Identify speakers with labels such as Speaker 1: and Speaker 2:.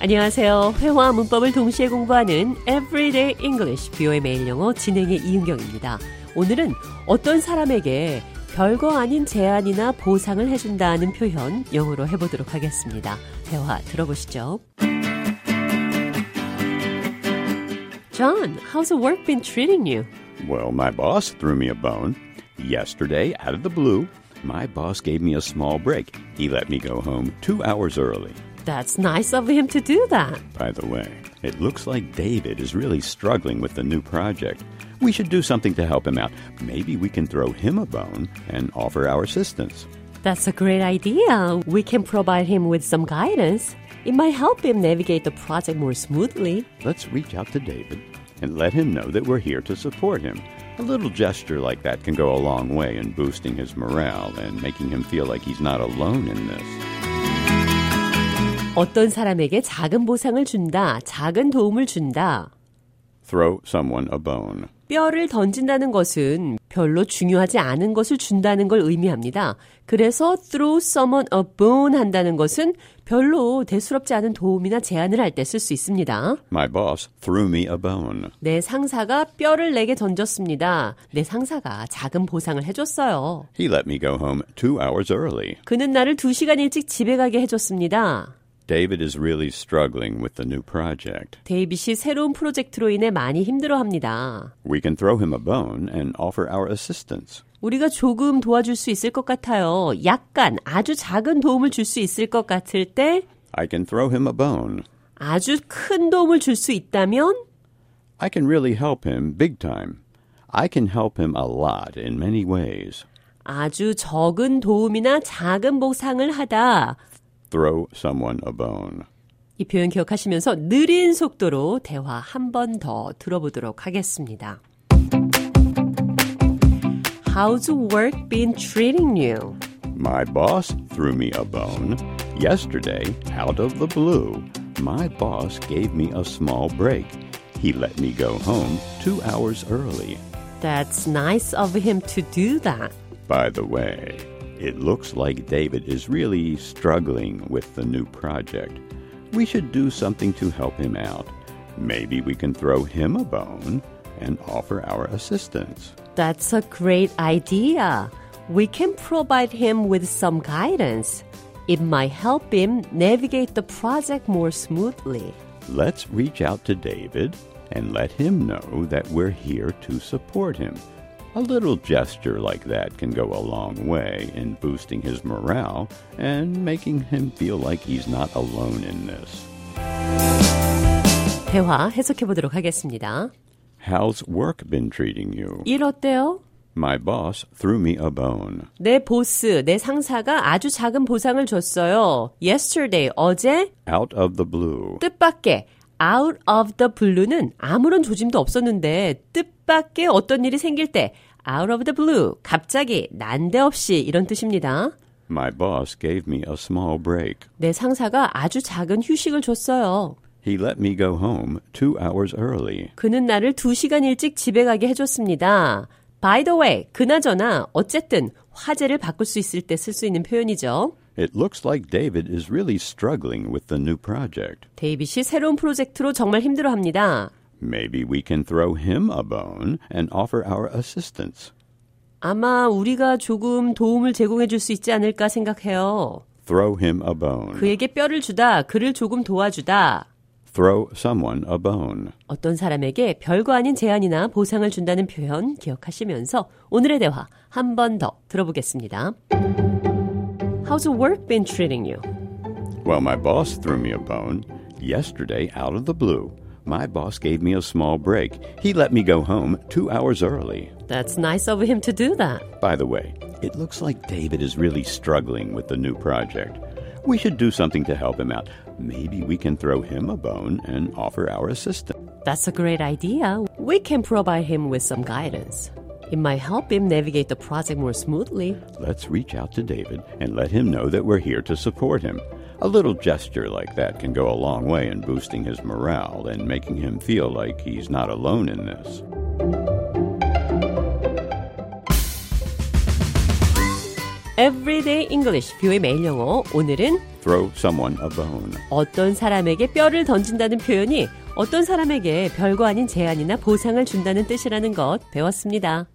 Speaker 1: 안녕하세요. 회화 문법을 동시에 공부하는 Everyday English 뷰의 매일 영어 진행의 이은경입니다. 오늘은 어떤 사람에게 별거 아닌 제안이나 보상을 해준다는 표현 영어로 해보도록 하겠습니다. 대화 들어보시죠. John, how's the work been treating you?
Speaker 2: Well, my boss threw me a bone. Yesterday, out of the blue, my boss gave me a small break. He let me go home two hours early.
Speaker 1: That's nice of him to do that.
Speaker 2: By the way, it looks like David is really struggling with the new project. We should do something to help him out. Maybe we can throw him a bone and offer our assistance.
Speaker 1: That's a great idea. We can provide him with some guidance. It might help him navigate the project more smoothly.
Speaker 2: Let's reach out to David and let him know that we're here to support him. A little gesture like that can go a long way in boosting his morale and making him feel like he's not alone in this.
Speaker 1: 어떤 사람에게 작은 보상을 준다, 작은 도움을 준다.
Speaker 2: Throw someone a bone.
Speaker 1: 뼈를 던진다는 것은 별로 중요하지 않은 것을 준다는 걸 의미합니다. 그래서 throw someone a bone 한다는 것은 별로 대수롭지 않은 도움이나 제안을 할 때 쓸 수 있습니다.
Speaker 2: My boss threw me a bone.
Speaker 1: 내 상사가 뼈를 내게 던졌습니다. 내 상사가 작은 보상을 해줬어요.
Speaker 2: He let me go home two hours early.
Speaker 1: 그는 나를 2시간 일찍 집에 가게 해줬습니다.
Speaker 2: David is really struggling with the new project.
Speaker 1: 데이빗이 새로운 프로젝트로 인해 많이 힘들어합니다.
Speaker 2: We can throw him a bone and offer our assistance.
Speaker 1: 우리가 조금 도와줄 수 있을 것 같아요. 약간 아주 작은 도움을 줄 수 있을 것 같을 때
Speaker 2: I can throw him a bone.
Speaker 1: 아주 큰 도움을 줄 수 있다면
Speaker 2: I can really help him big time. I can help him a lot in many ways.
Speaker 1: 아주 적은 도움이나 작은 보상을 하다.
Speaker 2: Throw someone a bone.
Speaker 1: 이 표현 기억하시면서 느린 속도로 대화 한 번 더 들어보도록 하겠습니다. How's work been treating you?
Speaker 2: My boss threw me a bone. Yesterday, out of the blue, my boss gave me a small break. He let me go home two hours early.
Speaker 1: That's nice of him to do that.
Speaker 2: By the way, it looks like David is really struggling with the new project. We should do something to help him out. Maybe we can throw him a bone and offer our assistance.
Speaker 1: That's a great idea. We can provide him with some guidance. It might help him navigate the project more smoothly.
Speaker 2: Let's reach out to David and let him know that we're here to support him. A little gesture like that can go a long way in boosting his morale and making him feel like he's not alone in this.
Speaker 1: 대화 해석해 보도록 하겠습니다.
Speaker 2: How's work been treating you?
Speaker 1: 일 어때요?
Speaker 2: My boss threw me a bone.
Speaker 1: 내 보스, 내 상사가 아주 작은 보상을 줬어요. Yesterday, 어제
Speaker 2: Out of the blue.
Speaker 1: 뜻밖의 out of the blue는 아무런 조짐도 없었는데 뜻밖의 어떤 일이 생길 때 out of the blue 갑자기 난데없이 이런 뜻입니다.
Speaker 2: My boss gave me a small break.
Speaker 1: 내 상사가 아주 작은 휴식을 줬어요.
Speaker 2: He let me go home two hours early.
Speaker 1: 그는 나를 2시간 일찍 집에 가게 해줬습니다. By the way, 그나저나 어쨌든 화제를 바꿀 수 있을 때 쓸 수 있는 표현이죠.
Speaker 2: It looks like David is really struggling with the new project.
Speaker 1: 데이빗이 새로운 프로젝트로 정말 힘들어합니다.
Speaker 2: Maybe we can throw him a bone and offer our assistance.
Speaker 1: 아마 우리가 조금 도움을 제공해 줄 수 있지 않을까 생각해요.
Speaker 2: Throw him a bone.
Speaker 1: 그에게 뼈를 주다, 그를 조금 도와주다.
Speaker 2: Throw someone a bone.
Speaker 1: 어떤 사람에게 별거 아닌 제안이나 보상을 준다는 표현 기억하시면서 오늘의 대화 한 번 더 들어보겠습니다. How's work been treating you?
Speaker 2: Well, my boss threw me a bone. Yesterday, out of the blue, my boss gave me a small break. He let me go home two hours early.
Speaker 1: That's nice of him to do that.
Speaker 2: By the way, it looks like David is really struggling with the new project. We should do something to help him out. Maybe we can throw him a bone and offer our assistance.
Speaker 1: That's a great idea. We can provide him with some guidance. It might help him navigate the project more smoothly.
Speaker 2: Let's reach out to David and let him know that we're here to support him. A little gesture like that can go a long way in boosting his morale and making him feel like he's not alone in this.
Speaker 1: Everyday English, 뷰의 매일 영어. 오늘은
Speaker 2: Throw someone a bone.
Speaker 1: 어떤 사람에게 뼈를 던진다는 표현이 어떤 사람에게 별거 아닌 제한이나 보상을 준다는 뜻이라는 것 배웠습니다.